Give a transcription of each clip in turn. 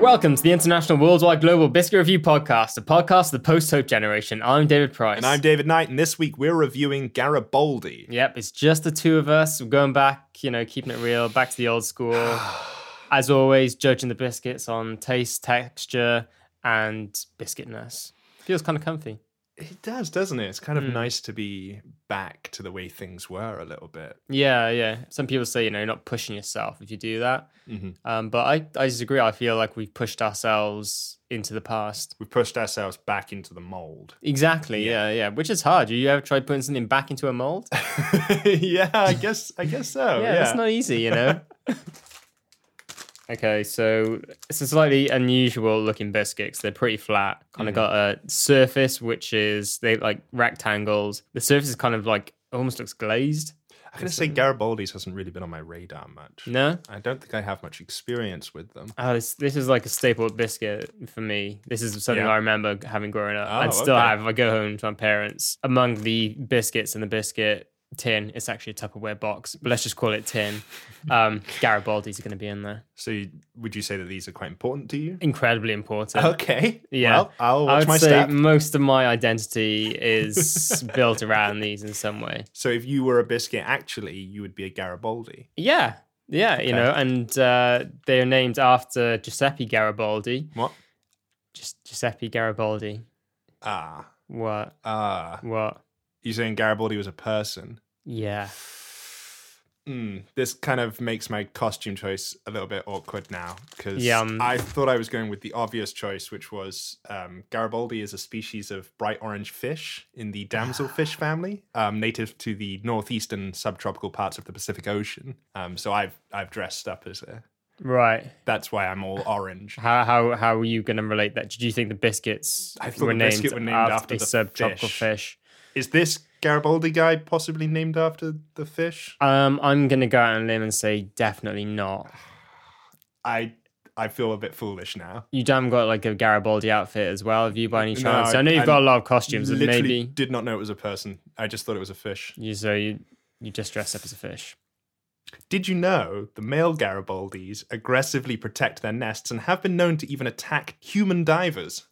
Welcome to the International Worldwide Global Biscuit Review Podcast, a podcast of the post hope generation. I'm David Price. And I'm David Knight, and this week we're reviewing Garibaldi. Yep, it's just the two of us. We're going back, you know, keeping it real, back to the old school. As always, judging the biscuits on taste, texture, and biscuitness. Feels kind of comfy. It does, doesn't it? It's kind of Hmm. nice to be back to the way things were a little bit. Yeah, yeah. Some people say, you know, you're not pushing yourself if you do that. Mm-hmm. Um, but I, I disagree. I feel like we've pushed ourselves into the past. We've pushed ourselves back into the mold. Exactly. Yeah, yeah. Which is hard. You ever tried putting something back into a mold? yeah, I guess I guess so. yeah, it's not easy, you know. okay, so it's a slightly unusual looking biscuit 'cause they're pretty flat. Kind of Mm-hmm. got a surface which is they like rectangles. The surface is kind of like almost looks glazed. I gotta say Garibaldi's hasn't really been on my radar much. No. I don't think I have much experience with them. Oh, this, this is like a staple biscuit for me. This is something Yeah. I remember having growing up. Oh, and still okay. have. I go home to my parents. Among the biscuits in the biscuit tin, it's actually a Tupperware box, but let's just call it tin. Um, Garibaldi's are going to be in there. So you, would you say that these are quite important to you? Incredibly important. Oh, Okay. Yeah, Well, I'll I watch would my say step. most of my identity is built around these in some way. so if you were a biscuit, actually, you would be a Garibaldi. Yeah, yeah, you know, and uh, they are named after Giuseppe Garibaldi. What? Just Giuseppe Garibaldi. Ah. What? Ah. What? You're saying Garibaldi was a person? Yeah. Mm, this kind of makes my costume choice a little bit awkward now because Yeah, um, I thought I was going with the obvious choice, which was um, Garibaldi is a species of bright orange fish in the damselfish Ah. family, um, native to the northeastern subtropical parts of the Pacific Ocean. Um, so I've I've dressed up as a. Right. That's why I'm all orange. How how how are you going to relate that? Did you think the biscuits I thought were, the named biscuit were named after a the subtropical fish. fish? Is this Garibaldi guy possibly named after the fish? Um, I'm going to go out on a limb and say definitely not. I I feel a bit foolish now. You damn got like a Garibaldi outfit as well, have you by any No, chance? I know you've I got a lot of costumes, and Literally maybe did not know it was a person. I just thought it was a fish. You so you you just dress up as a fish. Did you know the male Garibaldis aggressively protect their nests and have been known to even attack human divers?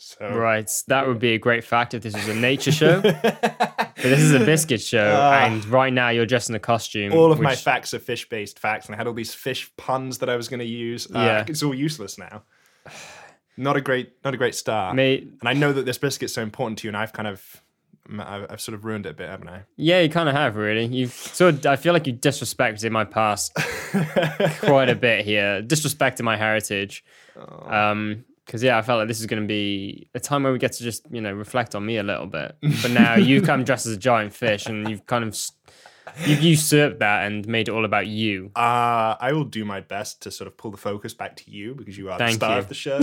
So, Right. That would be a great fact if this was a nature show. but this is a biscuit show, and right now you're dressed in a costume. Ah. all of my which- facts are fish based facts, and I had all these fish puns that I was going to use. Uh, Yeah. It's all useless now. Not a great, not a great start. Mate. And I know that this biscuit's so important to you, and I've kind of, m- I've I've sort of ruined it a bit, haven't I? Yeah, you kind of have really. You've sort. Of, I feel like you disrespected my past quite a bit here. Disrespected my heritage. Oh. Um. Because yeah, I felt like this is going to be a time where we get to just you know reflect on me a little bit. But now you come dressed as a giant fish, and you've kind of s- you've usurped that and made it all about you. Uh, I will do my best to sort of pull the focus back to you because you are Thank the star you. of the show.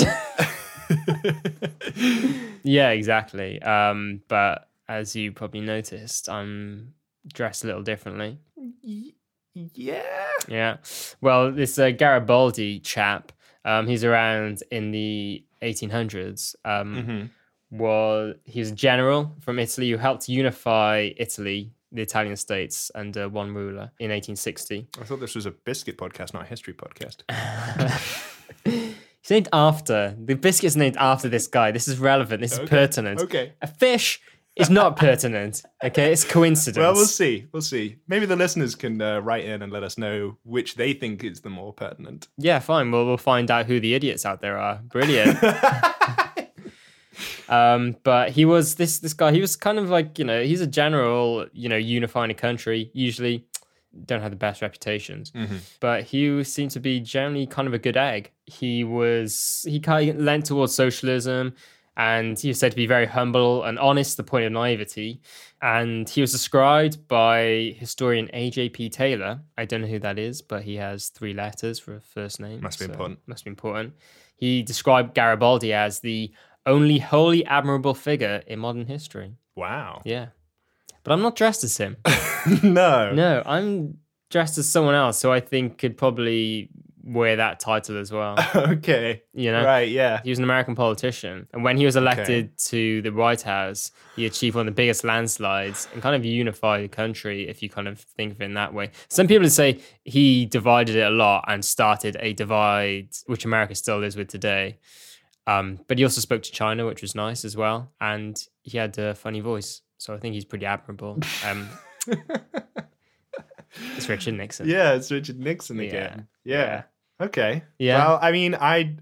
Yeah, exactly. Um, but as you probably noticed, I'm dressed a little differently. Yeah. Yeah. Well, this uh, Garibaldi chap, um, he's around in the 1800s. Um, Was he was a general from Italy who helped unify Italy, the Italian states, under one ruler in 1860. I thought this was a biscuit podcast, not a history podcast. He's named after the biscuit's named after this guy. This is relevant. This is pertinent. okay. A fish is not pertinent. Okay, it's coincidence. Well, we'll see. We'll see. Maybe the listeners can uh, write in and let us know which they think is the more pertinent. Yeah, fine. Well, we'll find out who the idiots out there are. Brilliant. um, but he was this this guy. He was kind of like you know he's a general. You know, unifying a country. Usually, don't have the best reputations. Mm-hmm. But he seemed to be generally kind of a good egg. He was he kind of lent towards socialism. And he was said to be very humble and honest, to the point of naivety. And he was described by historian A.J.P. Taylor. I don't know who that is, but he has three letters for a first name. Must be important. Must be important. He described Garibaldi as the only wholly admirable figure in modern history. Wow. Yeah. But I'm not dressed as him. no. no, I'm dressed as someone else who I think could probably wear that title as well. Okay. You know? Right. Yeah. He was an American politician. And when he was elected to the White House, he achieved one of the biggest landslides and kind of unified the country, if you kind of think of it in that way. Some people would say he divided it a lot and started a divide, which America still lives with today. Um, but he also spoke to China, which was nice as well. And he had a funny voice. So I think he's pretty admirable. Um, it's Richard Nixon. Yeah. It's Richard Nixon again. Yeah. Okay. Yeah. Well, I mean, I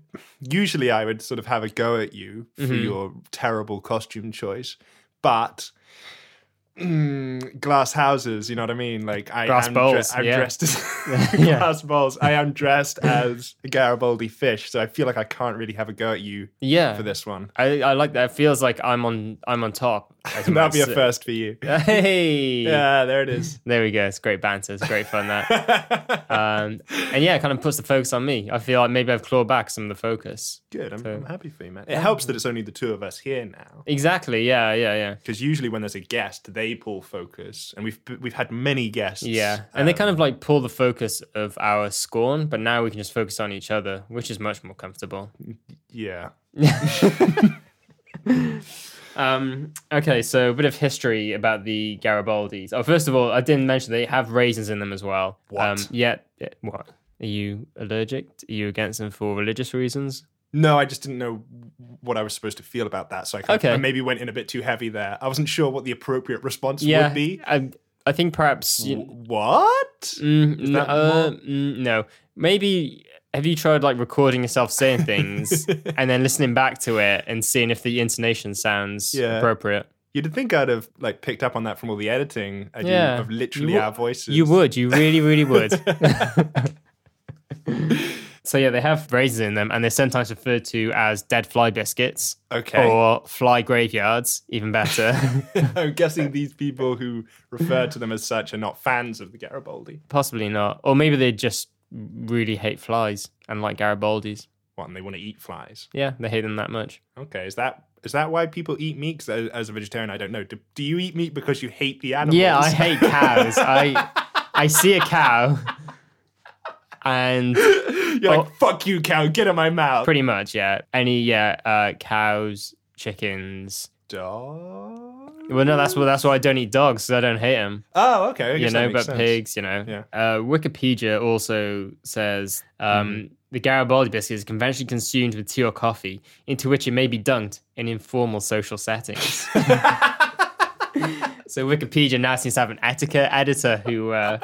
usually I would sort of have a go at you for Mm-hmm. your terrible costume choice, but mm, glass houses. You know what I mean? Like I Glass am bowls, I'm yeah. dressed as glass bowls. I am dressed as a Garibaldi fish, so I feel like I can't really have a go at you Yeah. for this one. I, I like that. It feels like I'm on I'm on top. as That'll be a my- first for you. Hey. Yeah, there it is. There we go. It's great banter. It's great fun that. um, and yeah, it kind of puts the focus on me. I feel like maybe I've clawed back some of the focus. Good. I'm, I'm happy for you, man. It helps that it's only the two of us here now. Exactly. Yeah. Yeah. Yeah. Because usually when there's a guest, they pull focus, and we've we've had many guests. Yeah. And they kind of like pull the focus of our scorn, but now we can just focus on each other, which is much more comfortable. Yeah. Um, okay. So a bit of history about the Garibaldis. Oh, first of all, I didn't mention they have raisins in them as well. What? Um, yeah. yeah, What? Are you allergic? Are you against them for religious reasons? No, I just didn't know what I was supposed to feel about that, so I, kind of- Okay. I maybe went in a bit too heavy there. I wasn't sure what the appropriate response Yeah. would be. I, I think perhaps. you- What? Mm, n- that uh, more- mm, no. Maybe have you tried like recording yourself saying things and then listening back to it and seeing if the intonation sounds Yeah. appropriate? You'd think I'd have like picked up on that from all the editing I do Yeah. of literally You wo- our voices. You would. You really, really would. so yeah, they have raisins in them, and they're sometimes referred to as dead fly biscuits. Okay. Or fly graveyards, even better. I'm guessing these people who refer to them as such are not fans of the Garibaldi. Possibly not. Or maybe they just really hate flies and like Garibaldi's. What? And they want to eat flies. Yeah, they hate them that much. Okay, is that is that why people eat meat? 'Cause I- as a vegetarian, I don't know. Do, do you eat meat because you hate the animals? Yeah, I hate cows. I I see a cow, and You're like, fuck you, cow. Get in my mouth. pretty much yeah, any yeah uh, cows, chickens. Dog? Well, no, that's what that's why I don't eat dogs. 'cause I don't hate them. Oh, okay. I You guess that know, makes but sense. pigs. You know. Yeah. Uh, Wikipedia also says um, Hmm. the Garibaldi biscuit is conventionally consumed with tea or coffee, into which it may be dunked in informal social settings. So Wikipedia now seems to have an etiquette editor who uh,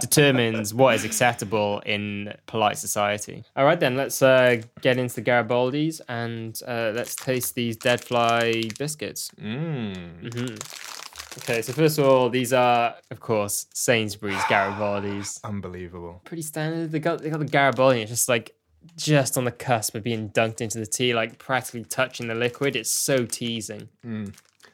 determines what is acceptable in polite society. All right, then let's uh, get into the Garibaldis and uh, let's taste these dead fly biscuits. Mhm. Okay, so first of all, these are, of course, Sainsbury's Garibaldis. Unbelievable. Pretty standard. They got they got the Garibaldi. It's just like just on the cusp of being dunked into the tea, like practically touching the liquid. It's so teasing.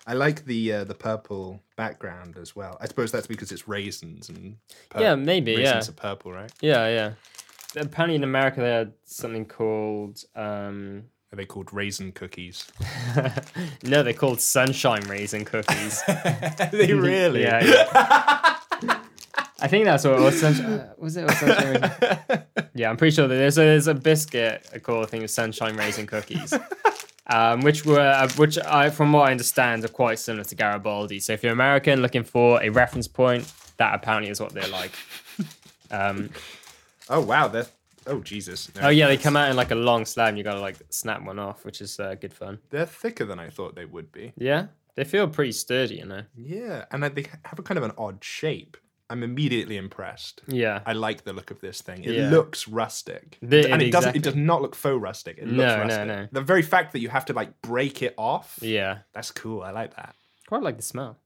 I like the uh, the purple background as well. I suppose that's because it's raisins and pur- Yeah, maybe, raisins yeah. are purple, right? Yeah, yeah. Apparently in America they had something called um Are they called raisin cookies? No, they're called sunshine raisin cookies. they really? yeah. yeah. I think that's what it was. Sunsh- uh, was it? or sunshine raisin? yeah, I'm pretty sure that there's a, there's a biscuit called I think it's sunshine raisin cookies. Um, which were, uh, which I, from what I understand, are quite similar to Garibaldi. So if you're American looking for a reference point, that apparently is what they're like. Um, Oh wow, they're oh Jesus. No, oh yeah, they come out in like a long slab, and you gotta like snap one off, which is uh, good fun. They're thicker than I thought they would be. Yeah, they feel pretty sturdy, you know. Yeah, and I- they have a kind of an odd shape. I'm immediately impressed. Yeah, I like the look of this thing. It Yeah. looks rustic, The- and it doesn't. exactly. It does not look faux rustic. It looks No, no, rustic. no. The very fact that you have to like break it off. yeah. that's cool. I like that. Quite like the smell.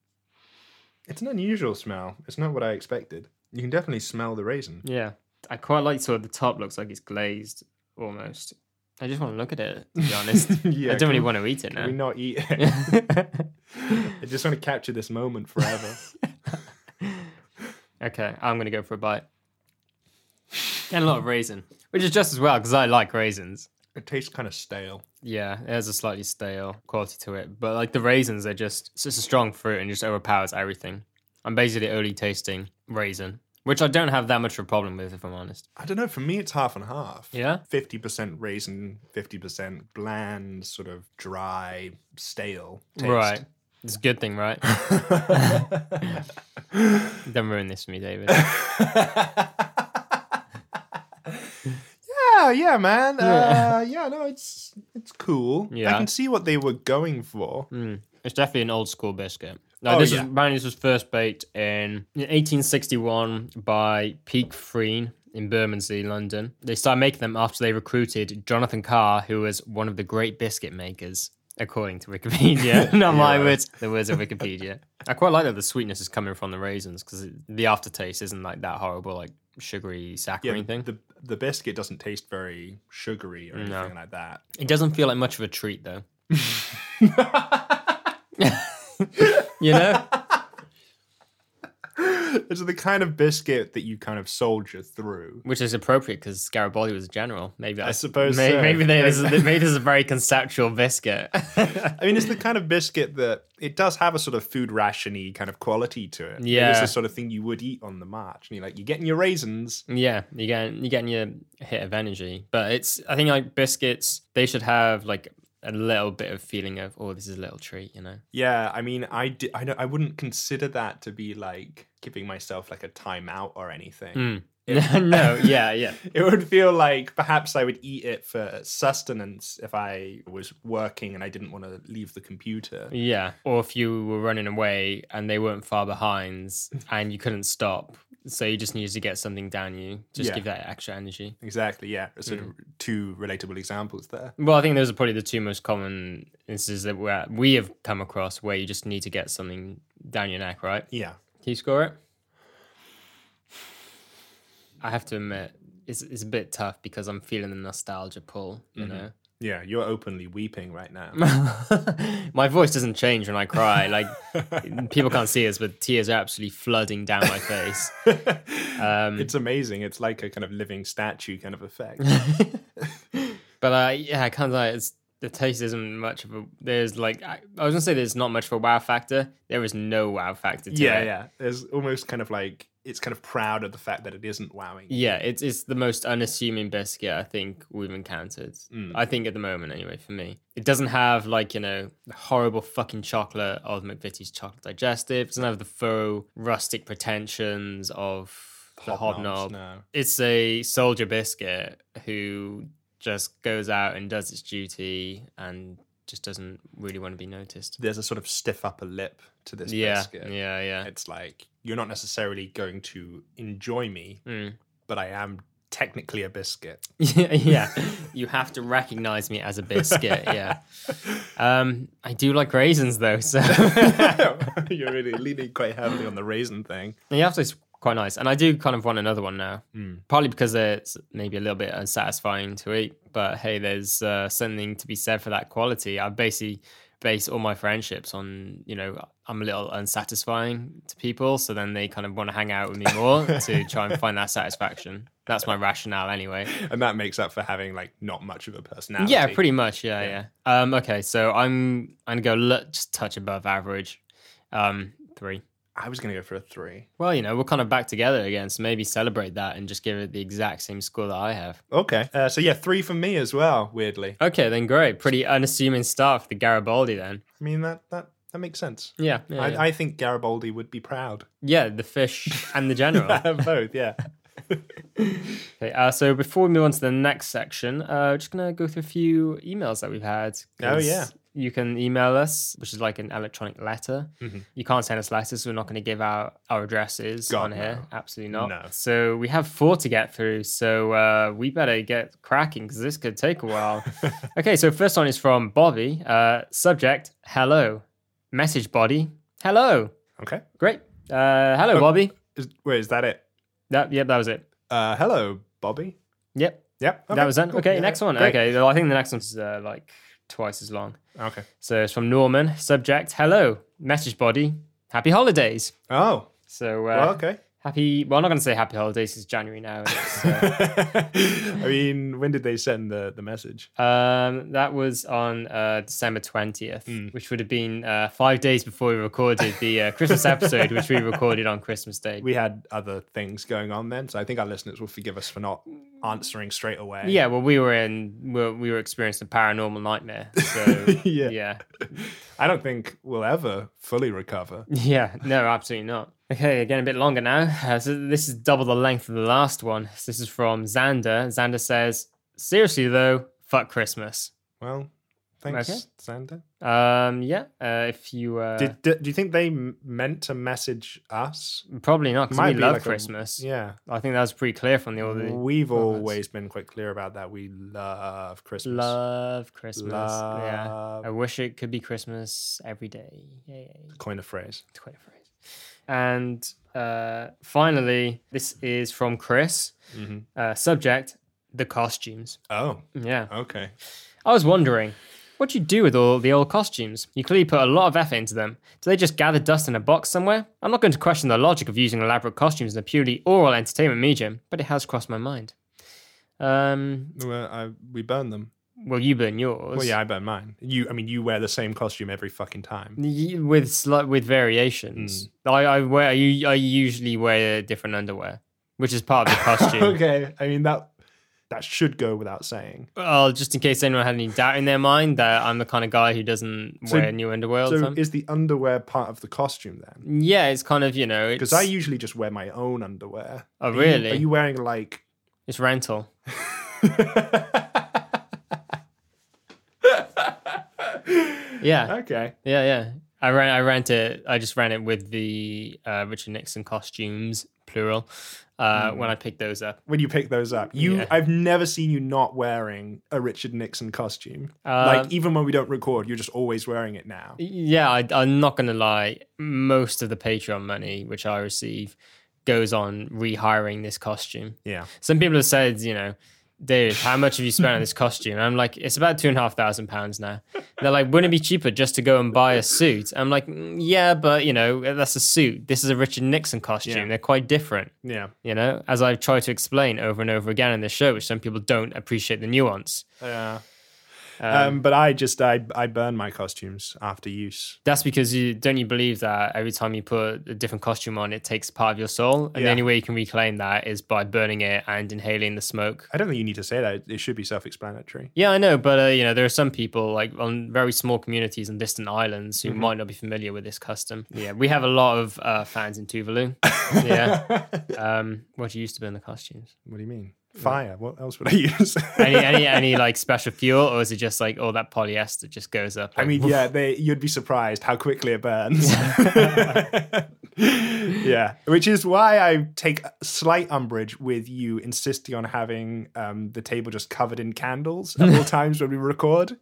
It's an unusual smell. It's not what I expected. You can definitely smell the raisin. Yeah, I quite like sort of the top looks like it's glazed almost. I just want to look at it. To be honest, Yeah, I don't really can- want to eat it now. Can we not eat it? I just want to capture this moment forever. okay, I'm gonna go for a bite. And a lot of raisin, which is just as well because I like raisins. it tastes kind of stale. Yeah, it has a slightly stale quality to it, but like the raisins, they're just it's just a strong fruit and just overpowers everything. I'm basically only tasting raisin, which I don't have that much of a problem with, if I'm honest. I don't know. For me, it's half and half. Yeah? 50% raisin, 50% bland, sort of dry, stale taste. Right, it's a good thing, right? don't ruin this for me, David. Yeah, yeah, man. Yeah, uh, yeah no, it's it's cool. Yeah. Mm, I can see what they were going for. It's definitely an old school biscuit. Now, Oh, this yeah. was, apparently this was first baked in 1861 by Peak Freen in Bermondsey, London. They started making them after they recruited Jonathan Carr, who was one of the great biscuit makers, according to Wikipedia. Not my words, the words of Wikipedia. I quite like that the sweetness is coming from the raisins because the aftertaste isn't like that horrible, like sugary Yeah, saccharine the, thing. the the biscuit doesn't taste very sugary or anything like that. It doesn't feel like much of a treat, though. you know? It's the kind of biscuit that you kind of soldier through. Which is appropriate because Garibaldi was a general. Maybe I, suppose Maybe, so. maybe they, this is- they made this a very conceptual biscuit. I mean, it's the kind of biscuit that it does have a sort of food rationy kind of quality to it. it's Yeah. the sort of thing you would eat on the march, and you're like, you're getting your raisins. yeah, you're getting you're getting your hit of energy, but it's I think like biscuits they should have like a little bit of feeling of oh this is a little treat, you know. Yeah, I mean, I di- I don't, I wouldn't consider that to be like giving myself like a timeout or anything. Mm. no, yeah, yeah, It would feel like perhaps I would eat it for sustenance if I was working and I didn't want to leave the computer. yeah. Or if you were running away and they weren't far behind and you couldn't stop, so you just needed to get something down you, just Yeah. give that extra energy. Exactly. Yeah, sort of Mm. two relatable examples there. Well, I think those are probably the two most common instances that where we have come across where you just need to get something down your neck, right? Can Yeah. you score it? I have to admit, it's, it's a bit tough because I'm feeling the nostalgia pull, you Mm-hmm. know? Yeah, you're openly weeping right now. Mm. my voice doesn't change when I cry. Like, people can't see us, but tears are absolutely flooding down my face. it's amazing. It's like a kind of living statue kind of effect. But uh, yeah, I can't lie. It's the taste isn't much of a. There's like I, I was gonna say there's not much of a wow factor. There is no wow factor. To yeah, it. yeah. There's almost kind of like it's kind of proud of the fact that it isn't wowing. Yeah, it's it's the most unassuming biscuit I think we've encountered. Mm. I think at the moment, anyway, for me, it doesn't have like you know the horrible fucking chocolate of McVitie's chocolate digestive. It doesn't have the faux rustic pretensions of the hobnob. No. It's a soldier biscuit who just goes out and does its duty and just doesn't really want to be noticed. There's a sort of stiff upper lip to this Yeah, biscuit. yeah, yeah. It's like you're not necessarily going to enjoy me, Mm. but I am technically a biscuit. yeah, you have to recognize me as a biscuit. Yeah, um, I do like raisins though, so you're really leaning quite heavily on the raisin thing. the aftertaste is quite nice, and I do kind of want another one now. Partly because it's maybe a little bit unsatisfying to eat, but hey, there's uh, something to be said for that quality. I basically base all my friendships on, you know, I'm a little unsatisfying to people, so then they kind of want to hang out with me more to try and find that satisfaction. That's my rationale, anyway. and that makes up for having like not much of a personality. Yeah, pretty much. Yeah, yeah. Um, okay, so I'm I'm gonna go l- just touch above average, um, three. I was gonna go for a three. Well, you know, we're kind of back together again, so maybe celebrate that and just give it the exact same score that I have. Okay, uh, so yeah, three for me as well. Weirdly, Okay, then great. Pretty unassuming start for the Garibaldi then. I mean that that that makes sense. Yeah, yeah, yeah. I, I think Garibaldi would be proud. Yeah, the fish and the general. Both, yeah. okay, uh, so before we move on to the next section, uh, we're just gonna go through a few emails that we've had. 'cause Oh, yeah. You can email us, which is like an electronic letter. Mm-hmm. You can't send us letters. so we're not going to give out our addresses God, on here. Absolutely not. No. So we have four to get through. So uh, we better get cracking because this could take a while. okay. So first one is from Bobby. Uh, subject: Hello. Message body: Hello. Okay. Great. Uh, Oh. hello, Bobby. Is, wait, is that it? That, yep, that was it. Uh, hello, Bobby. Yep, Yep. that was done. cool, Okay, yeah, next one. great. Okay, well, I think the next one's uh, like twice as long. Okay. So it's from Norman. Subject: Hello. Message body: Happy holidays. Oh, So uh, well, okay. happy. Well, I'm not going to say happy holidays. It's January now. and it's, uh, I mean, when did they send the, the message? um, that was on uh, December 20th, Hmm. which would have been uh, five days before we recorded the uh, Christmas episode, which we recorded on Christmas Day. We had other things going on then, so I think our listeners will forgive us for not answering straight away. yeah, well, we were in. We were, we were experiencing a paranormal nightmare. So Yeah. yeah. I don't think we'll ever fully recover. Yeah, no, absolutely not. Okay, again, a bit longer now. Uh, so this is double the length of the last one. So this is from Xander. Xander says, seriously though, fuck Christmas. Well, thanks, Okay. Sander. Um, yeah, uh, if you uh, Did, d do you think they m- meant to message us? probably not because Might we be love like a- Christmas. Yeah. I think that was pretty clear from the all the We've comments. always been quite clear about that. We love Christmas. love Christmas. Yeah, Love. I wish it could be Christmas every day. Yay. Coin a phrase. Twitter phrase. And uh, finally, this is from Chris. Mm-hmm. Uh, subject: the costumes. Oh, Yeah. okay. I was wondering, what do you do with all the old costumes? You clearly put a lot of effort into them. Do they just gather dust in a box somewhere? I'm not going to question the logic of using elaborate costumes in a purely oral entertainment medium, but it has crossed my mind. Um, Well, I, we burn them. well, you burn yours. Well, yeah, I burn mine. You, I mean, you wear the same costume every fucking time. Y- With slight with variations, Hmm. I, I wear I, u- I usually wear different underwear, which is part of the costume. okay, I mean that that should go without saying. Well, just in case anyone had any doubt in their mind that I'm the kind of guy who doesn't So- wear new underwear. all the So, time. is the underwear part of the costume then? yeah, it's kind of you know Because it's I usually just wear my own underwear. Oh, Are you- really? are you wearing like? it's rental. Yeah, Okay. yeah, yeah. I ran, I rent it. I just ran it with the uh, Richard Nixon costumes, plural. Uh, When I picked those up, When you pick those up, you Yeah. I've never seen you not wearing a Richard Nixon costume. Um, like even when we don't record, you're just always wearing it now. yeah, I, I'm not gonna lie. Most of the Patreon money which I receive goes on rehiring this costume. Yeah. Some people have said, you know, Dave, how much have you spent on this costume? I'm like, it's about two and a half thousand pounds now. They're like, wouldn't it be cheaper just to go and buy a suit? I'm like, "Mm, yeah, but you know, that's a suit. This is a Richard Nixon costume. Yeah. They're quite different. Yeah. You know, as I've tried to explain over and over again in this show, which some people don't appreciate the nuance. Yeah. Um, but I just I I burn my costumes after use. That's because you don't you believe that every time you put a different costume on, it takes part of your soul, and the Yeah. only way you can reclaim that is by burning it and inhaling the smoke. I don't think you need to say that. It should be self-explanatory. Yeah, I know, but uh, you know, there are some people like on very small communities and distant islands Mm-hmm. who might not be familiar with this custom. Yeah, we have a lot of uh, fans in Tuvalu. yeah, um, what do you used to burn the costumes? What do you mean? Fire. What else would I use? Any, any, any like special fuel, or is it just like all that polyester just goes up? I like, mean, woof? yeah, they you'd be surprised how quickly it burns. yeah, which is why I take slight umbrage with you insisting on having um, the table just covered in candles at all times when we record.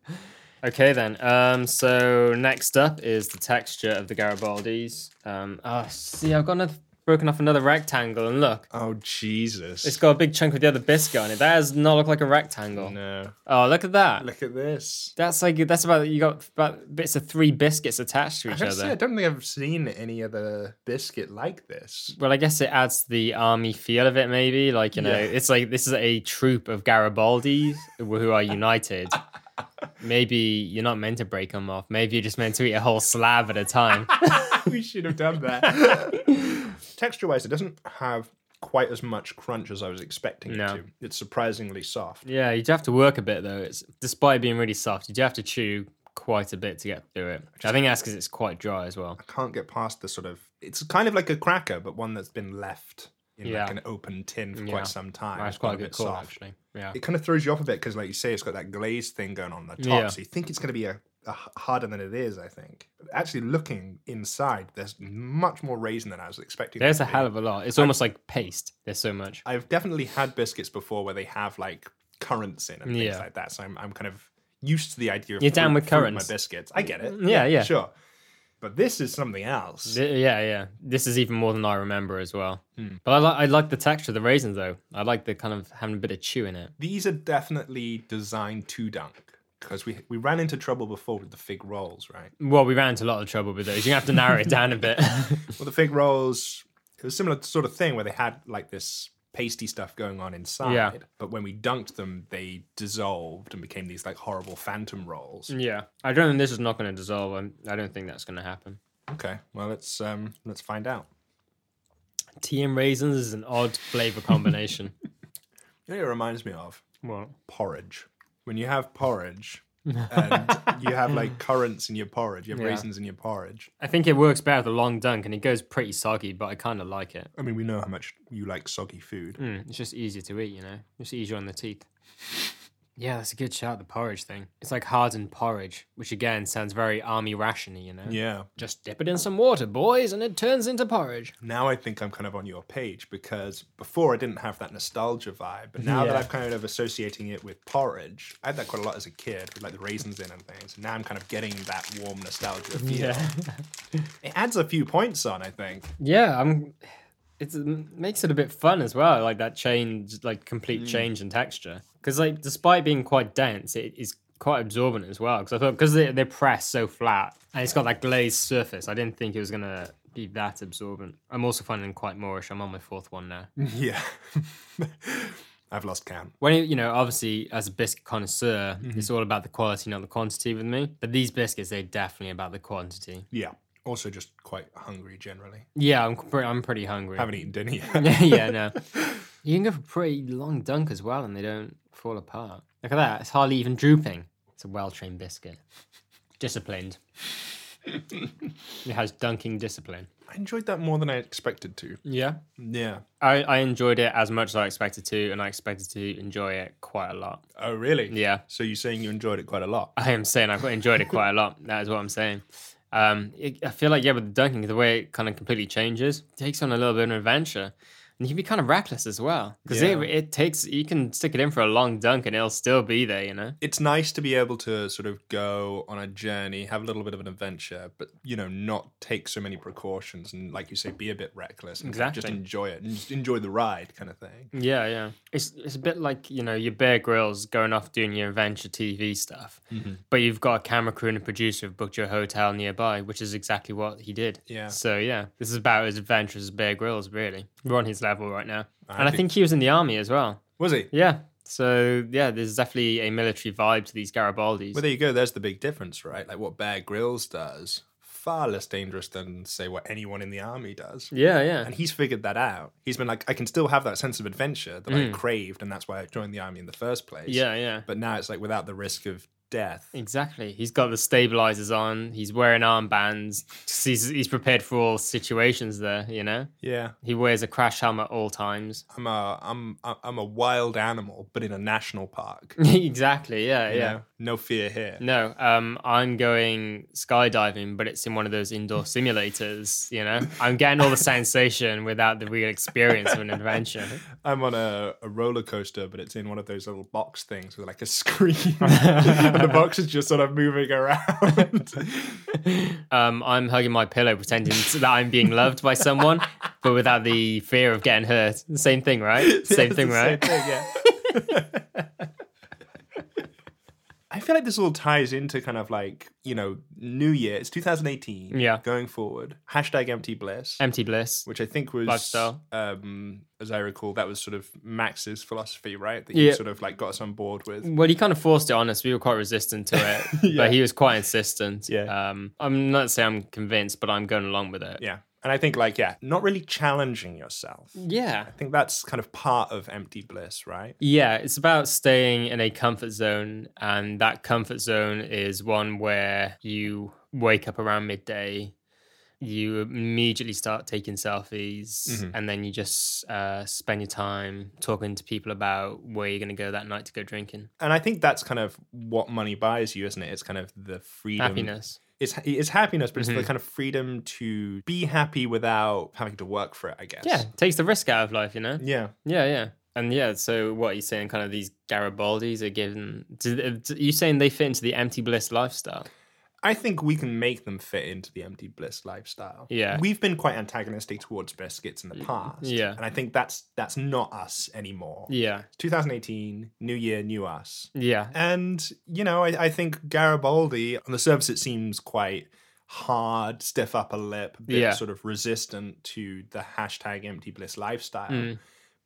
Okay then. Um, so next up is the texture of the Garibaldis. Um, ah, see, I've got another broken off another rectangle, and look, Oh Jesus! it's got a big chunk of the other biscuit on it. That does not look like a rectangle. no. Oh, look at that. Look at this. That's like that's about you got about bits of three biscuits attached to each Honestly, I other. don't think I've seen any other biscuit like this. Well, I guess it adds to the army feel of it, maybe. Like you know, Yeah. it's like this is a troop of Garibaldis who are united. Maybe you're not meant to break them off. Maybe you're just meant to eat a whole slab at a time. we should have done that. Texture wise, it doesn't have quite as much crunch as I was expecting No. it to. It's surprisingly soft. yeah, you do have to work a bit though. It's despite being really soft, you do have to chew quite a bit to get through it. I think that's because it's quite dry as well. Can't get past the sort of. It's kind of like a cracker, but one that's been left in Yeah. like an open tin for Yeah. quite some time. That's It's quite gone a good bit call, soft. actually. Yeah. It kind of throws you off a bit because, like you say, it's got that glaze thing going on the top, Yeah. so you think it's going to be a, a h- harder than it is. I think. But actually, looking inside, there's much more raisin than I was expecting. There's a there to be. hell of a lot. It's almost like paste. There's so much. I've definitely had biscuits before where they have like currants in and Yeah. things like that. So I'm, I'm kind of used to the idea of You're down with fruit in currants. my biscuits. I get it. Yeah, yeah. Sure. But this is something else. Th- Yeah, yeah. This is even more than I remember as well. But I, li- I like the texture of the raisins though. I like the kind of having a bit of chew in it. These are definitely designed to dunk because we, we ran into trouble before with the fig rolls, right? Well, we ran into a lot of trouble with those. You have to narrow it down a bit. Well, the fig rolls, it was a similar sort of thing where they had like this pasty stuff going on inside. Yeah. But when we dunked them, they dissolved and became these like horrible phantom rolls. yeah, I don't think this is not going to dissolve. I'm, I i do not think that's going to happen. Okay. Well, let's um let's find out. Tea and raisins is an odd flavor combination. You know what it reminds me of? what? porridge. When you have porridge and you have like currants in your porridge, you have Yeah. raisins in your porridge. I think it works better with a long dunk, and it goes pretty soggy. But I kind of like it. I mean, we know how much you like soggy food. Mm, it's just easier to eat, you know. It's easier on the teeth. Yeah, that's a good shout. The porridge thing. It's like hardened porridge, which again sounds very army rationy, you know. Yeah. Just dip it in some water, boys, and it turns into porridge. Now I think I'm kind of on your page because before I didn't have that nostalgia vibe, but now that Yeah. I've kind of associating it with porridge, I had that quite a lot as a kid with like the raisins in and things. And now I'm kind of getting that warm nostalgia feel. It adds a few points on, I think. Yeah, I'm. It makes it a bit fun as well, like that change, like complete change in texture. Because like, despite being quite dense, it is quite absorbent as well. Because I thought because they, they're pressed so flat and it's got that glazed surface, I didn't think it was gonna be that absorbent. I'm also finding it quite Moorish. I'm on my fourth one now. Yeah. I've lost count. when it, you know, obviously as a biscuit connoisseur, it's all about the quality, not the quantity with me. But these biscuits, they're definitely about the quantity. Yeah. Also, just quite hungry generally. Yeah, I'm pre- I'm pretty hungry. Haven't eaten dinner yet. yeah, no. You can go for a pretty long dunk as well, and they don't fall apart. Look at that; it's hardly even drooping. It's a well-trained biscuit, disciplined. it has dunking discipline. I enjoyed that more than I expected to. Yeah, Yeah. I, I enjoyed it as much as I expected to, and I expected to enjoy it quite a lot. Oh, really? Yeah. So you're saying you enjoyed it quite a lot? I am saying I've enjoyed it quite a lot. That is what I'm saying. Um, it, I feel like yeah, with the dunking, the way it kind of completely changes, takes on a little bit of an adventure, and you can be kind of reckless as well because it, Yeah. it takes you can stick it in for a long dunk and it'll still be there, you know. It's nice to be able to sort of go on a journey, have a little bit of an adventure, but you know, not take so many precautions and, like you say, be a bit reckless and kind of just Exactly. enjoy it and just enjoy the ride, kind of thing. Yeah, yeah. It's it's a bit like you know your Bear Grylls going off doing your adventure TV stuff, but you've got a camera crew and a producer who've booked your hotel nearby, which is exactly what he did. Yeah. So yeah, this is about as adventurous as Bear Grylls really. We're on his level right now, I and I think- think he was in the army as well. Was he? Yeah. So yeah, there's definitely a military vibe to these Garibaldis. Well, there you go. There's the big difference, right? Like what Bear Grylls does, far less dangerous than, say, what anyone in the army does. yeah, yeah. And he's figured that out. He's been like, I can still have that sense of adventure that I craved, and that's why I joined the army in the first place. Mm. Yeah, yeah. But now it's like without the risk of death. Exactly. He's got the stabilizers on. He's wearing armbands. Just He's, he's prepared for all situations there, you know? Yeah, He wears a crash helmet all times. I'm a I'm I'm a wild animal, but in a national park. exactly. Yeah, you yeah. know? no fear here. No, um, I'm going skydiving, but it's in one of those indoor simulators, you know? I'm getting all the sensation without the real experience of an adventure. I'm on a, a roller coaster, but it's in one of those little box things with like a screen, and the box is just sort of moving around. um, I'm hugging my pillow, pretending that I'm being loved by someone, but without the fear of getting hurt. Same thing, right? Same It's thing, the right? Same thing, yeah. I feel like this all ties into kind of like, you know, New Year. It's 2018. Yeah. Going forward. Hashtag empty bliss. Empty bliss. which I think was Lifestyle. Um, as I recall, that was sort of Max's philosophy, right? That you Yeah. sort of like got us on board with. Well, he kind of forced it on us. We were quite resistant to it, Yeah. but he was quite insistent. Yeah. Um, I'm not saying I'm convinced, but I'm going along with it. Yeah. And I think like, yeah, not really challenging yourself. I Yeah. think that's kind of part of empty bliss, right? Yeah, it's about staying in a comfort zone, and that comfort zone is one where you wake up around midday, you immediately start taking selfies, and then you just uh, spend your time talking to people about where you're going to go that night to go drinking. And I think that's kind of what money buys you, isn't it? It's kind of the freedom. Happiness. Mm-hmm. It's, it's happiness, but it's the kind of freedom to be happy without having to work for it, I guess. Yeah, takes the risk out of life, you know? Yeah. Yeah, yeah. And yeah, so what are you saying? Kind of these Garibaldis are given. Do, do, you saying they fit into the empty bliss lifestyle? I think we can make them fit into the empty bliss lifestyle. Yeah. Mm, We've been quite antagonistic towards biscuits in the past. yeah. And I think that's that's not us anymore. Yeah, 2018, new year, new us. yeah. And, you know, I, I think Garibaldi, on the surface, it seems quite hard, stiff upper lip, a bit Yeah. sort of resistant to the hashtag empty bliss lifestyle.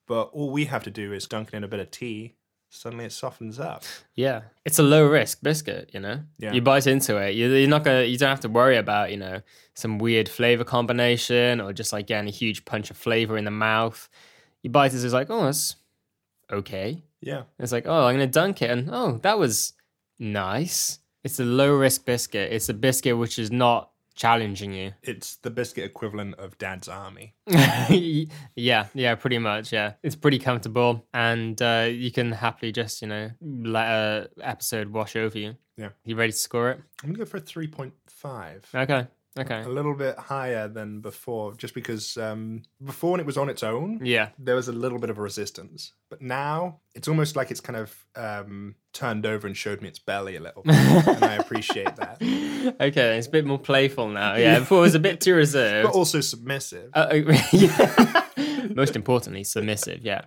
But all we have to do is dunk it in a bit of tea. Suddenly it softens up. Yeah, it's a low risk biscuit. You know, Yeah. you bite into it. You- You're not gonna. You don't have to worry about you know some weird flavor combination or just like getting a huge punch of flavor in the mouth. You bite it. It's like oh, that's okay. And Yeah. it's like oh, I'm gonna dunk it, and oh, that was nice. It's a low risk biscuit. It's a biscuit which is not challenging you. It's the biscuit equivalent of Dad's Army. yeah, yeah, pretty much. Yeah, it's pretty comfortable, and uh, you can happily just you know let a episode wash over you. Yeah. you ready to score it? I'm gonna go for a 3.5. Okay, okay, A little bit higher than before, just because um, before when it was on its own, yeah, there was a little bit of a resistance. But now it's almost like it's kind of um, turned over and showed me its belly a little bit. and I appreciate that. okay. It's a bit more playful now. Yeah, before it was a bit too reserved. But also submissive. Uh, uh, yeah. Most importantly, submissive. Yeah.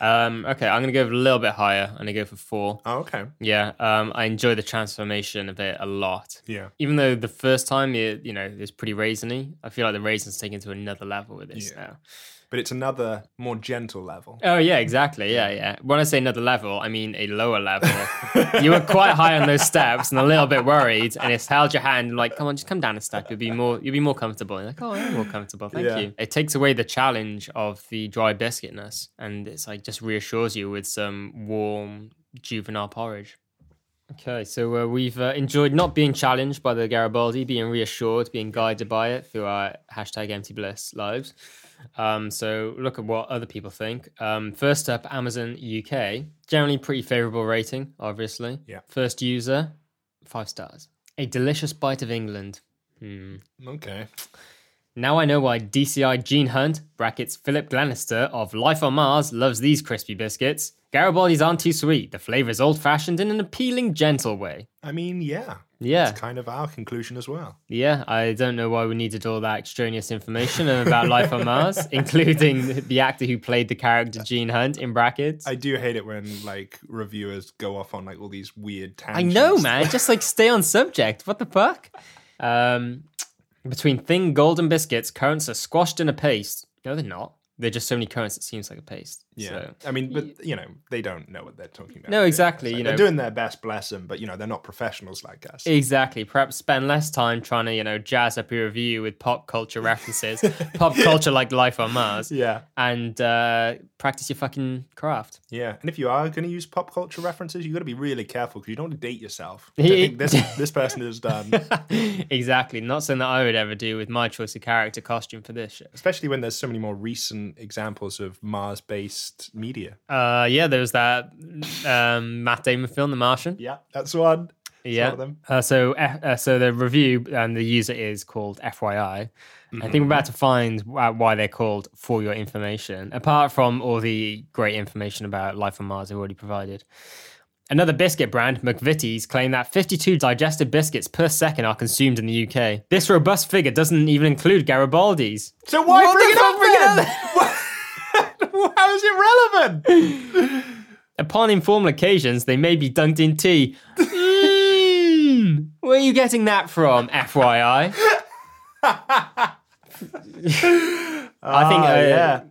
Um, okay, I'm gonna go a little bit higher. I'm gonna go for four. oh, okay. Yeah. Um, I enjoy the transformation of it a lot. Yeah. even though the first time it, you know it's pretty raisiny, I feel like the raisins taken to another level with this Yeah. But it's another more gentle level. now. Oh yeah, exactly. Yeah, yeah. When I say another level, I mean a lower level. you were quite high on those steps and a little bit worried, and it's held your hand like, "Come on, just come down a step. You'll be more, you'll be more comfortable." And you're like, "Oh, I am more comfortable. Thank Yeah. you." It takes away the challenge of the dry biscuitness, and it's like just reassures you with some warm juvenile porridge. Okay, so uh, we've uh, enjoyed not being challenged by the Garibaldi, being reassured, being guided by it through our hashtag empty bliss lives. Um, so look at what other people think. Um, first up, Amazon UK. Generally pretty favorable rating, obviously. Yeah. First user, five stars. A delicious bite of England. Hmm. Okay. Now I know why DCI Gene Hunt, brackets Philip Glenister of Life on Mars, loves these crispy biscuits. Garibaldi's aren't too sweet. The flavor is old fashioned in an appealing, gentle way. I mean, yeah. Yeah. It's kind of our conclusion as well. Yeah, I don't know why we needed all that extraneous information about life on Mars, including the actor who played the character Gene Hunt in brackets. I do hate it when like reviewers go off on like all these weird I tangents. know, man. Just like stay on subject. What the fuck? Um, between thin golden biscuits, currants are squashed in a paste. No, they're not. They're just so many currants. It seems like a paste. Yeah, So- I mean, but you know, they don't know what they're talking about. No, do they? exactly, It's you like, know. they're doing their best, bless them, but you know, they're not professionals like us. Exactly. Perhaps spend less time trying to, you know, jazz up your review with pop culture references, pop culture like life on Mars, yeah, and uh, practice your fucking craft. yeah. And if you are going to use pop culture references, you got to be really careful because you don't want to date yourself. I He- think this this person has done, exactly. Not something that I would ever do with my choice of character costume for this show. especially when there's so many more recent examples of Mars-based media. Uh, yeah, there was that um, Matt Damon film, The Martian. Yeah, that's one. That's yeah. one of them. Uh, so, F- uh, so the review and the user is called FYI. I Mm-hmm. think we're about to find wh- why they're called for your information. Apart from all the great information about life on Mars we've already provided, Another biscuit brand, McVitie's, claim that 52 digested biscuits per second are consumed in the UK. This robust figure doesn't even include Garibaldi's. So why What bring the it up again? How is it relevant? Upon informal occasions, they may be dunked in tea. Mmm. Where are you getting that from, FYI? I Ah, think, uh, yeah.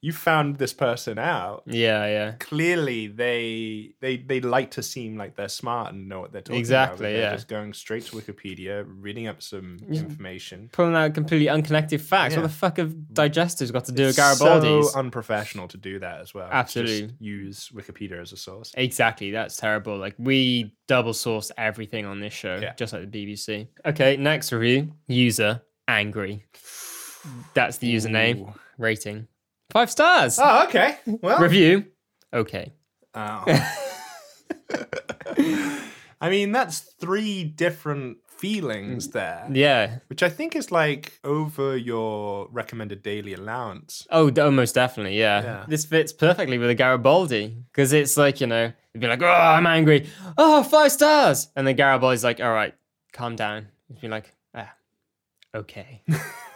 You found this person out. Yeah, yeah. Clearly, they they they like to seem like they're smart and know what they're talking about. Exactly, but they're yeah. Just going straight to Wikipedia, reading up some information. Pulling out completely unconnected facts. Yeah. What the fuck have digestives got to do with Garibaldi's? So unprofessional to do that as well. Just Absolutely. use Wikipedia as a source. Exactly, that's terrible. Like we double source everything on this show, Yeah. just like the BBC. Okay, next review. User angry. That's the username. Ooh. Rating. Five stars. Oh, okay. Well, Review. Okay. Oh. I mean, that's three different feelings there, Mm, Yeah. which I think is like over your recommended daily allowance. Oh, d- oh, most definitely. Yeah. Yeah. This fits perfectly with a Garibaldi because it's like, you know, you'd be like, oh, I'm angry. Oh, five stars. And then Garibaldi's like, all right, calm down. You'd be like, ah, okay.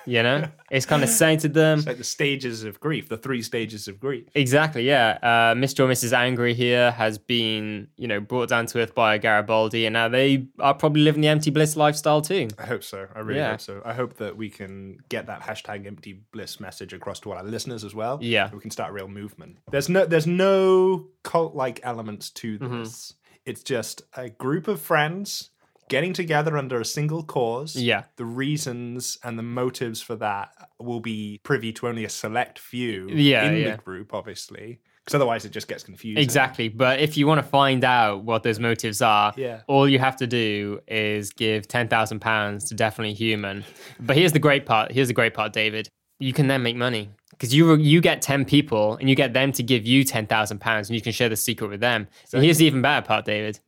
you know, it's kind of saying to them. It's like the stages of grief, the three stages of grief. Exactly, yeah. Uh, Mr. or Mrs. Angry here has been, you know, brought down to earth by a Garibaldi, and now they are probably living the empty bliss lifestyle too. I hope so. I really Yeah. hope so. I hope that we can get that hashtag empty bliss message across to all our listeners as well. Yeah. We can start a real movement. There's no there's no cult like elements to Mm-hmm. this. It's just a group of friends getting together under a single cause. Yeah. The reasons and the motives for that will be privy to only a select few Yeah, in yeah. the group, obviously. Because otherwise it just gets confusing. Exactly, but if you want to find out what those motives are, Yeah. all you have to do is give ten thousand pounds to Definitely Human. But here's the great part. Here's the great part, David. You can then make money because you you get ten people and you get them to give you ten thousand pounds, and you can share the secret with them. And here's the even better part, David.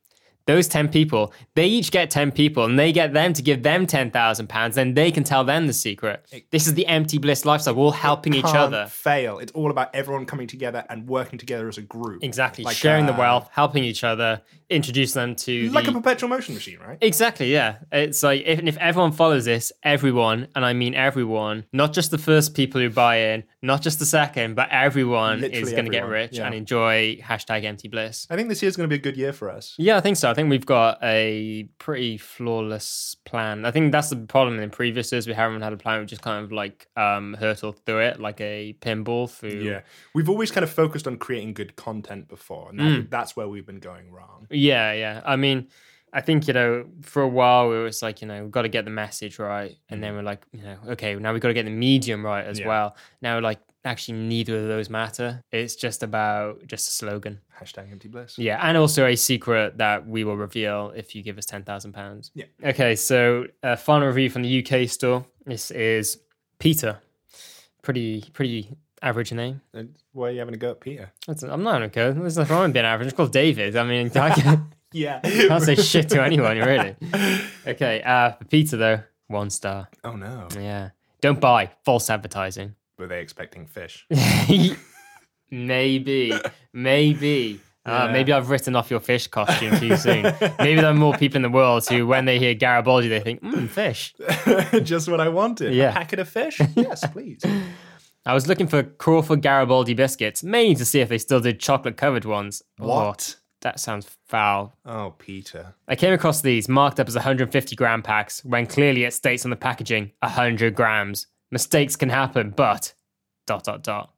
Those ten people, they each get ten people, and they get them to give them ten thousand pounds, then they can tell them the secret. This is the empty bliss lifestyle. We're all helping each Can't other. fail. It's all about everyone coming together and working together as a group. Exactly. Like, Sharing the uh, wealth, helping each other, introduce them to Like the- a perpetual motion machine, right? Exactly, yeah. It's like if, if everyone follows this, everyone, and I mean everyone, not just the first people who buy in, not just the second, but everyone is Literally going to get everyone, rich yeah. and enjoy hashtag empty bliss. I think this year's going to be a good year for us. Yeah, I think so. I think we've got a pretty flawless plan. I think that's the problem in previous years. We haven't had a plan. We just kind of like um, hurtled through it like a pinball through. Yeah. We've always kind of focused on creating good content before, and that, Mm. that's where we've been going wrong. Yeah, yeah. I mean, I think, you know, for a while we were just like, you know, we've got to get the message right. And then we're like, you know, okay, now we've got to get the medium right as Mm. Yeah. well. Now we're like, actually, neither of those matter. It's just about just a slogan. Hashtag empty bliss. Yeah. And also a secret that we will reveal if you give us £10,000. Yeah. Okay. So, uh, final review from the UK store. This is Peter. Pretty, pretty average name. And why are you having a go at Peter? That's, I'm not going to go. There's nothing wrong with being average. It's called David. I mean, I can. Yeah. Can't say shit to anyone, really. Okay, uh, for Peter though, one star. oh no. Yeah, don't buy false advertising. Were they expecting fish? maybe, maybe, uh, maybe I've written off your fish costume too soon. maybe there are more people in the world who, when they hear Garibaldi, they think, mm, fish. Just what I wanted. Yeah. A packet of fish? yes, please. I was looking for Crawford Garibaldi biscuits, mainly to see if they still did chocolate covered ones. Oh, What? that sounds foul. Oh, Peter. I came across these marked up as 150 gram packs when clearly it states on the packaging 100 grams. Mistakes can happen, but dot dot dot,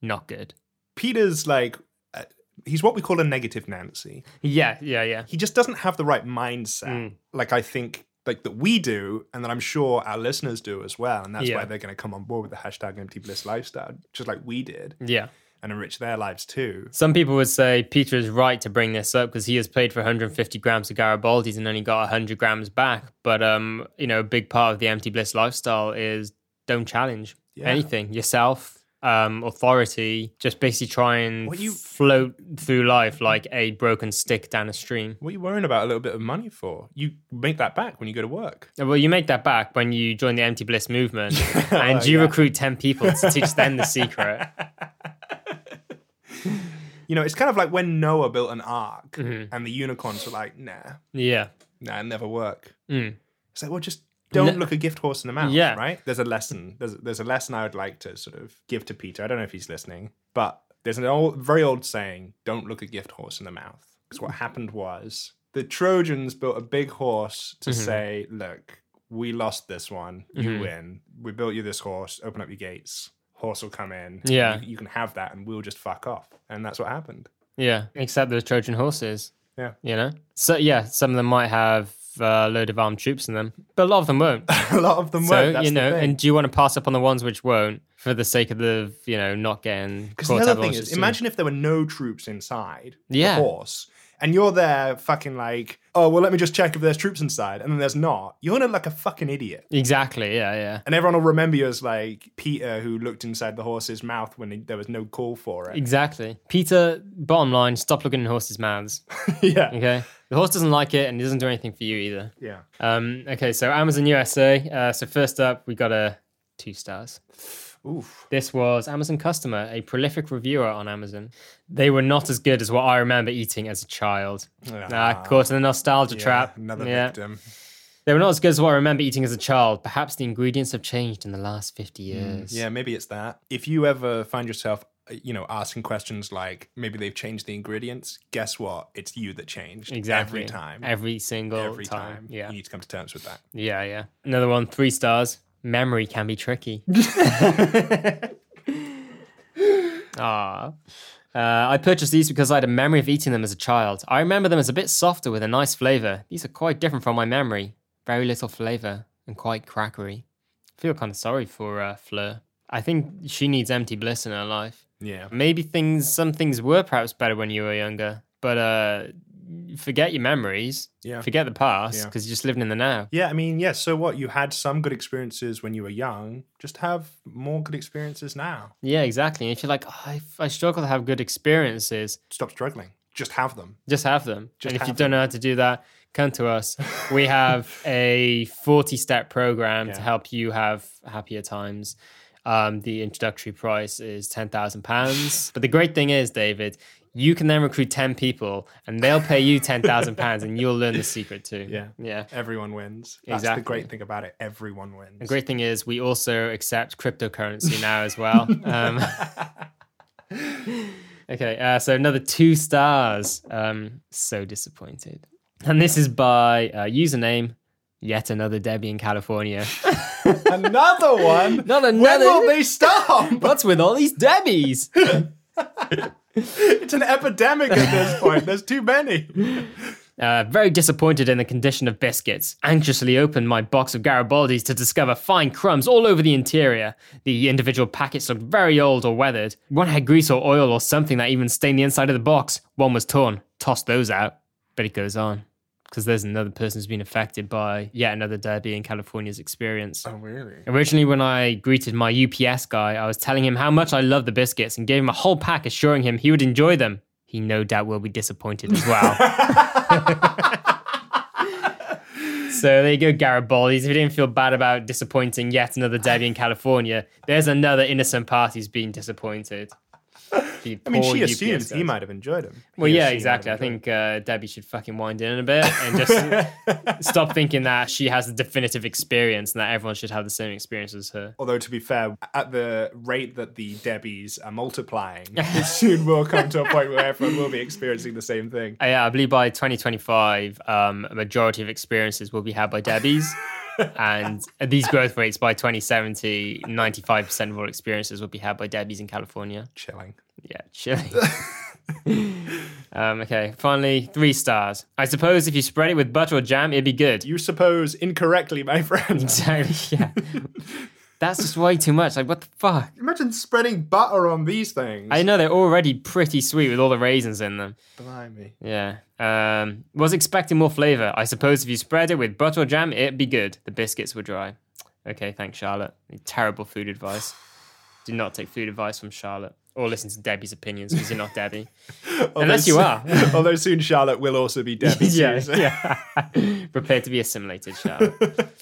not good. Peter's like, uh, he's what we call a negative Nancy. Yeah, yeah, yeah. he just doesn't have the right mindset like i think like that we do and that i'm sure our listeners do as well and that's Yeah. why they're going to come on board with the hashtag empty bliss lifestyle just like we did Yeah. and enrich their lives too Some people would say Peter is right to bring this up because he has paid for 150 grams of Garibaldi's and only got 100 grams back. But, um, you know, a big part of the empty bliss lifestyle is don't challenge Yeah. anything yourself, um, authority. Just basically try and What you- float through life like a broken stick down a stream. what are you worrying about a little bit of money for you make that back when you go to work Yeah, Well, you make that back when you join the Empty Bliss movement Oh, and you recruit 10 people to teach them the secret. You know, it's kind of like when Noah built an ark and the unicorns were like, nah, Yeah. nah, it'll never work. Mm. It's like, well, just don't No- look a gift horse in the mouth, Yeah. right? There's a lesson. There's, there's a lesson I would like to sort of give to Peter. I don't know if he's listening, but there's an old, very old saying, don't look a gift horse in the mouth. Because what happened was the Trojans built a big horse to Mm-hmm. say, look, we lost this one. You win. We built you this horse. Open up your gates. Horse will come in. Yeah. You, you can have that and we'll just fuck off. And that's what happened. Yeah. Except those Trojan horses. Yeah. You know? So, yeah, some of them might have uh, a load of armed troops in them, but a lot of them won't. a lot of them so, were. That's you the know, thing. and do you want to pass up on the ones which won't for the sake of the, you know, not getting Because caught up the other on thing horses is, too? imagine if there were no troops inside Yeah. the horse, and you're there fucking like, oh well, let me just check if there's troops inside, and then there's not. You're gonna look like a fucking idiot, Exactly. Yeah. Yeah. and everyone will remember you as like Peter who looked inside the horse's mouth when there was no call for it. Exactly. Peter, bottom line, stop looking in horses' mouths. yeah, Okay. The horse doesn't like it and it doesn't do anything for you either. yeah. Um, okay. So, Amazon USA. Uh, so, first up, we got a two stars. Oof. This was Amazon Customer, a prolific reviewer on Amazon. They were not as good as what I remember eating as a child. Ah, caught in the nostalgia trap. Another Yeah. victim. They were not as good as what I remember eating as a child. Perhaps the ingredients have changed in the last 50 years. Mm, Yeah, maybe it's that. If you ever find yourself, uh, you know, asking questions like maybe they've changed the ingredients, guess what? It's you that changed Exactly. every time. Every single Every time. time. Yeah. You need to come to terms with that. Yeah, yeah. Another one, three stars. Memory can be tricky. Ah. Uh, I purchased these because I had a memory of eating them as a child. I remember them as a bit softer with a nice flavour. These are quite different from my memory. Very little flavour and quite crackery. I feel kind of sorry for uh, Fleur. I think she needs empty bliss in her life. Yeah. Maybe things, some things were perhaps better when you were younger, but uh, forget your memories. Yeah. Forget the past Yeah. because you're just living in the now. Yeah, I mean, yeah, so what? You had some good experiences when you were young. Just have more good experiences now. Yeah, exactly. And if you're like, "Oh, I, I struggle to have good experiences, Stop struggling. Just have them. just have them. Just and if you have don't know how to do that, come to us. we have a 40 step program to Yeah. help you have happier times. Um, the introductory price is £10,000. but the great thing is, David, you can then recruit 10 people and they'll pay you £10,000 and you'll learn the secret too. Yeah. Yeah. Everyone wins. That's Exactly. the great thing about it. Everyone wins. The great thing is, we also accept cryptocurrency now as well. Um, okay, uh, so another two stars. Um, so disappointed. And this is by uh, username, yet another Debbie in California. Another one. Not When will another. they stop? What's with all these Debbies? It's an epidemic at this point. There's too many. Uh, very disappointed in the condition of biscuits, anxiously opened my box of Garibaldi's to discover fine crumbs all over the interior. The individual packets looked very old or weathered. One had grease or oil or something that even stained the inside of the box. One was torn. Tossed those out. But it goes on. Because there's another person who's been affected by yet another Derby in California's experience. Oh, really? Originally, when I greeted my UPS guy, I was telling him how much I love the biscuits and gave him a whole pack, assuring him he would enjoy them. He no doubt will be disappointed as well. so there you go, Garibaldi's. If you didn't feel bad about disappointing yet another Debbie in California, there's another innocent party's being disappointed. The I mean, poor she UPS assumes he guy. might have enjoyed him. Well, He or yeah, she might exactly. I have enjoyed think uh, Debbie should fucking wind in a bit and just stop thinking that she has the definitive experience and that everyone should have the same experience as her. Although to be fair, at the rate that the Debbies are multiplying, it soon will come to a point where everyone will be experiencing the same thing. Uh, yeah, I believe by 2025, um, a majority of experiences will be had by Debbies. and at these growth rates by 2070, 95% of all experiences will be had by Debbies in California. Chilling. Yeah, chilling. um, okay, finally, three stars. I suppose if you spread it with butter or jam, it'd be good. You suppose incorrectly, my friend. Exactly, yeah. That's just way too much. Like, what the fuck? Imagine spreading butter on these things. I know they're already pretty sweet with all the raisins in them. Blimey. Yeah. Um, was expecting more flavor. I suppose if you spread it with butter or jam, it'd be good. The biscuits were dry. Okay, thanks, Charlotte. Terrible food advice. Do not take food advice from Charlotte or listen to Debbie's opinions because you're not Debbie. Unless you are. Although soon Charlotte will also be Debbie. yeah, soon. yeah. Prepare to be assimilated, Charlotte.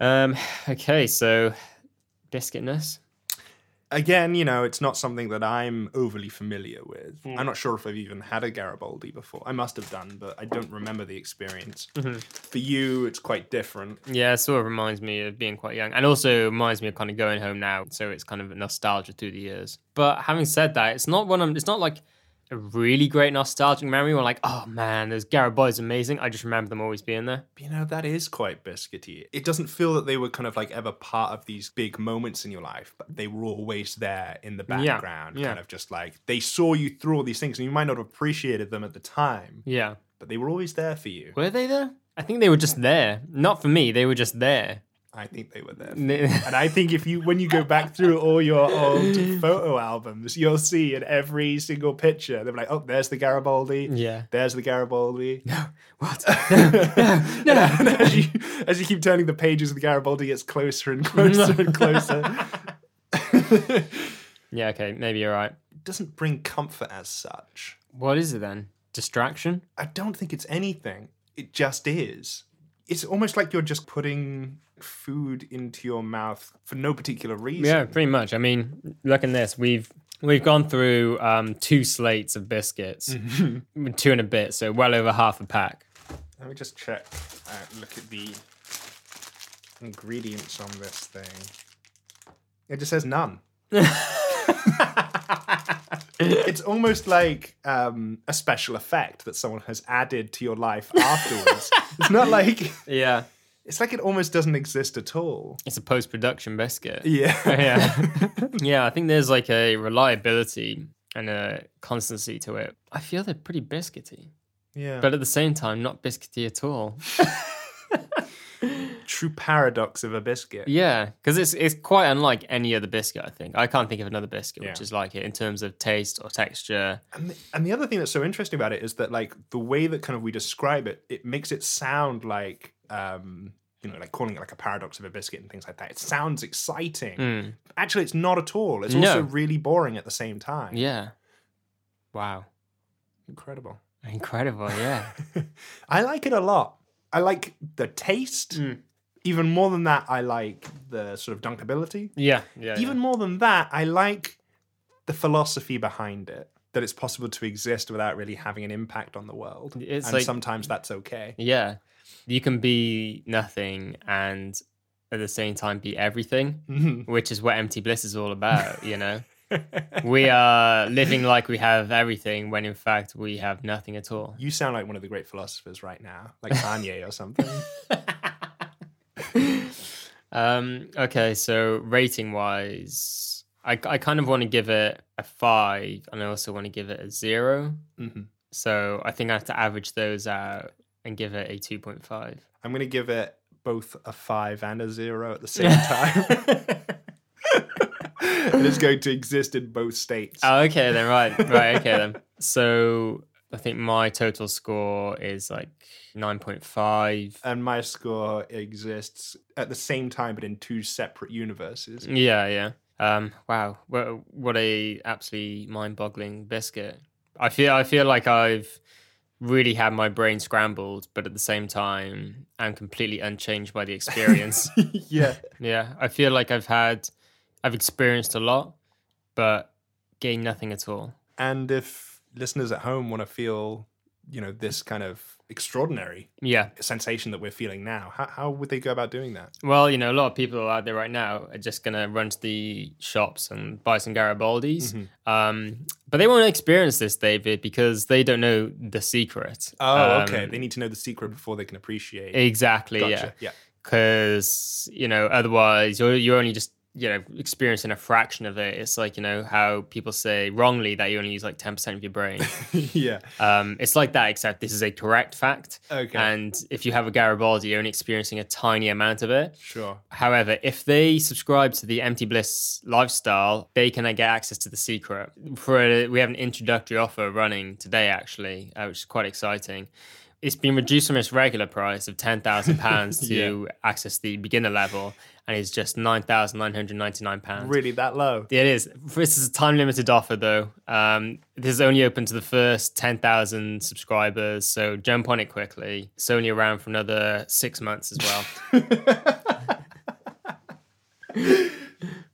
um, okay, so biscuitness. Uh, again, you know, it's not something that I'm overly familiar with. Hmm. I'm not sure if I've even had a Garibaldi before. I must have done, but I don't remember the experience. Mm-hmm. For you, it's quite different. Yeah, it sort of reminds me of being quite young, and also reminds me of kind of going home now. So it's kind of nostalgia through the years. But having said that, it's not one. I'm. It's not like a really great nostalgic memory. Where like, oh man, those Garibaldi's amazing. I just remember them always being there. You know, that is quite biscuity. It doesn't feel that they were kind of like ever part of these big moments in your life, but they were always there in the background, yeah. kind of just like they saw you through all these things and you might not have appreciated them at the time, Yeah, but they were always there for you. were they there? I think they were just there. Not for me. They were just there. I think they were there. for They- And I think if you, when you go back through all your old photo albums, you'll see in every single picture, they're like, oh, there's the Garibaldi. Yeah. There's the Garibaldi. what? And as, you, as you keep turning the pages, the Garibaldi gets closer and closer and closer. yeah. Okay. Maybe you're right. doesn't bring comfort as such. What is it then? Distraction. I don't think it's anything. It just is. It's almost like you're just putting food into your mouth for no particular reason. Yeah, pretty much. I mean, look at this. We've we've gone through um, two slates of biscuits, two and a bit, so well over half a pack. Let me just check. Uh, look at the ingredients on this thing. It just says none. it's almost like um, a special effect that someone has added to your life afterwards. it's not like Yeah, it's like it almost doesn't exist at all. it's a post production biscuit. Yeah. yeah, yeah. I think there's like a reliability and a constancy to it. I feel they're pretty biscuity, Yeah. but at the same time, not biscuity at all. true paradox of a biscuit. Yeah, because it's it's quite unlike any other biscuit. I think I can't think of another biscuit which Yeah. is like it in terms of taste or texture. And the, and the other thing that's so interesting about it is that like the way that kind of we describe it, it makes it sound like um you know like calling it like a paradox of a biscuit and things like that. It sounds exciting. Actually, it's not at all. It's also Hmm. No. really boring at the same time. Yeah. Wow. Incredible. Incredible. Yeah. I like it a lot. I like the taste. Hmm. Even more than that, I like the sort of dunkability. yeah. Yeah. Even more than that, I like the philosophy behind it that it's possible to exist without really having an impact on the world. It's and like- sometimes that's okay. Yeah. You can be nothing and at the same time be everything, which is what Empty Bliss is all about, you know? we are living like we have everything when in fact we have nothing at all. You sound like one of the great philosophers right now, like Kanye or something. Um, okay, so rating wise, I, I kind of want to give it a five and I also want to give it a 0 So I think I have to average those out and give it a 2.5. I'm going to give it both a five and a zero at the same time. it is going to exist in both states. Oh, okay then. Right, right. Okay then. So I think my total score is like nine point five. and my score exists at the same time, but in two separate universes. Yeah, yeah. Um, wow. What, what a absolutely mind-boggling biscuit. I feel. I feel like I've really had my brain scrambled, but at the same time, I'm completely unchanged by the experience. yeah. yeah, I feel like I've had, I've experienced a lot, but gained nothing at all. And if listeners at home want to feel, you know, this kind of extraordinary Yeah. sensation that we're feeling now, how, how would they go about doing that? Well, you know, a lot of people out there right now are just going to run to the shops and buy some Garibaldis. Mm-hmm. Um, but they won't experience this, David, because they don't know the secret. Oh, Um, okay. They need to know the secret before they can appreciate. Exactly, Gotcha, yeah. yeah. Because, you know, otherwise you're, you're only just, you know, experiencing a fraction of it. It's like, you know, how people say wrongly that you only use like 10% of your brain. yeah. Um, it's like that, except this is a correct fact. Okay. And if you have a Garibaldi, you're only experiencing a tiny amount of it. Sure. However, if they subscribe to the Empty Bliss lifestyle, they can then get access to the secret. For a, we have an introductory offer running today, actually, uh, which is quite exciting. It's been reduced from its regular price of ten thousand pounds to access the beginner level, and it's just nine thousand nine hundred ninety nine pounds. Really that low. It is. This is a time limited offer, though. Um, this is only open to the first 10,000 subscribers, so jump on it quickly. It's only around for another six months as well.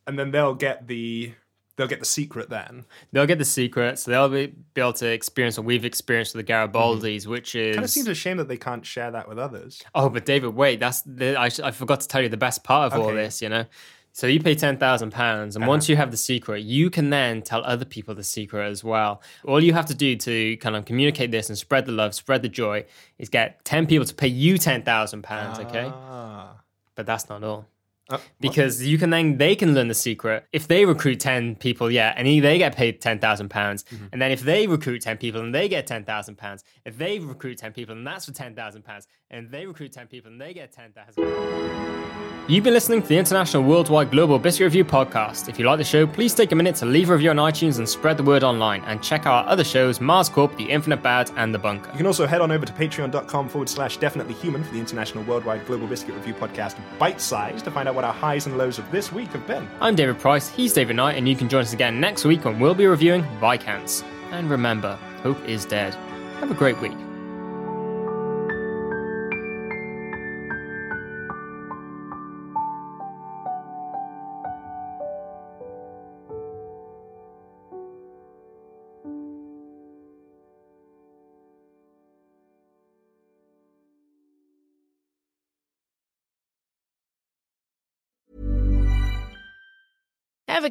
And then they'll get the They'll get the secret then. They'll get the secret, so they'll be, be able to experience what we've experienced with the Garibaldis, which is. Kind of Mm-hmm. seems a shame that they can't share that with others. Oh, but David, wait, that's the, I, sh- I forgot to tell you the best part of all Okay. Uh-huh. this, you know? So you pay ten thousand pounds, and once you have the secret, you can then tell other people the secret as well. All you have to do to kind of communicate this and spread the love, spread the joy, is get ten people to pay you ten thousand pounds. Okay, Ah. but that's not all, Uh, because you can then they can learn the secret if they recruit ten people. Yeah, and they get paid ten thousand pounds, and then if they recruit ten people and they get ten thousand pounds, if they recruit ten people and that's for ten thousand pounds, and they recruit ten people and they get ten thousand. pounds You've been listening to the International Worldwide Global Biscuit Review podcast. If you like the show, please take a minute to leave a review on iTunes and spread the word online. And check out our other shows Mars Corp, The Infinite Bad, and The Bunker. You can also head on over to patreon.com forward slash definitely human for the international worldwide global biscuit review podcast Bite Size to find out what our highs and lows of this week have been. I'm David Price, he's David Knight, and you can join us again next week when we'll be reviewing Viscounts. And remember, hope is dead. Have a great week. Ever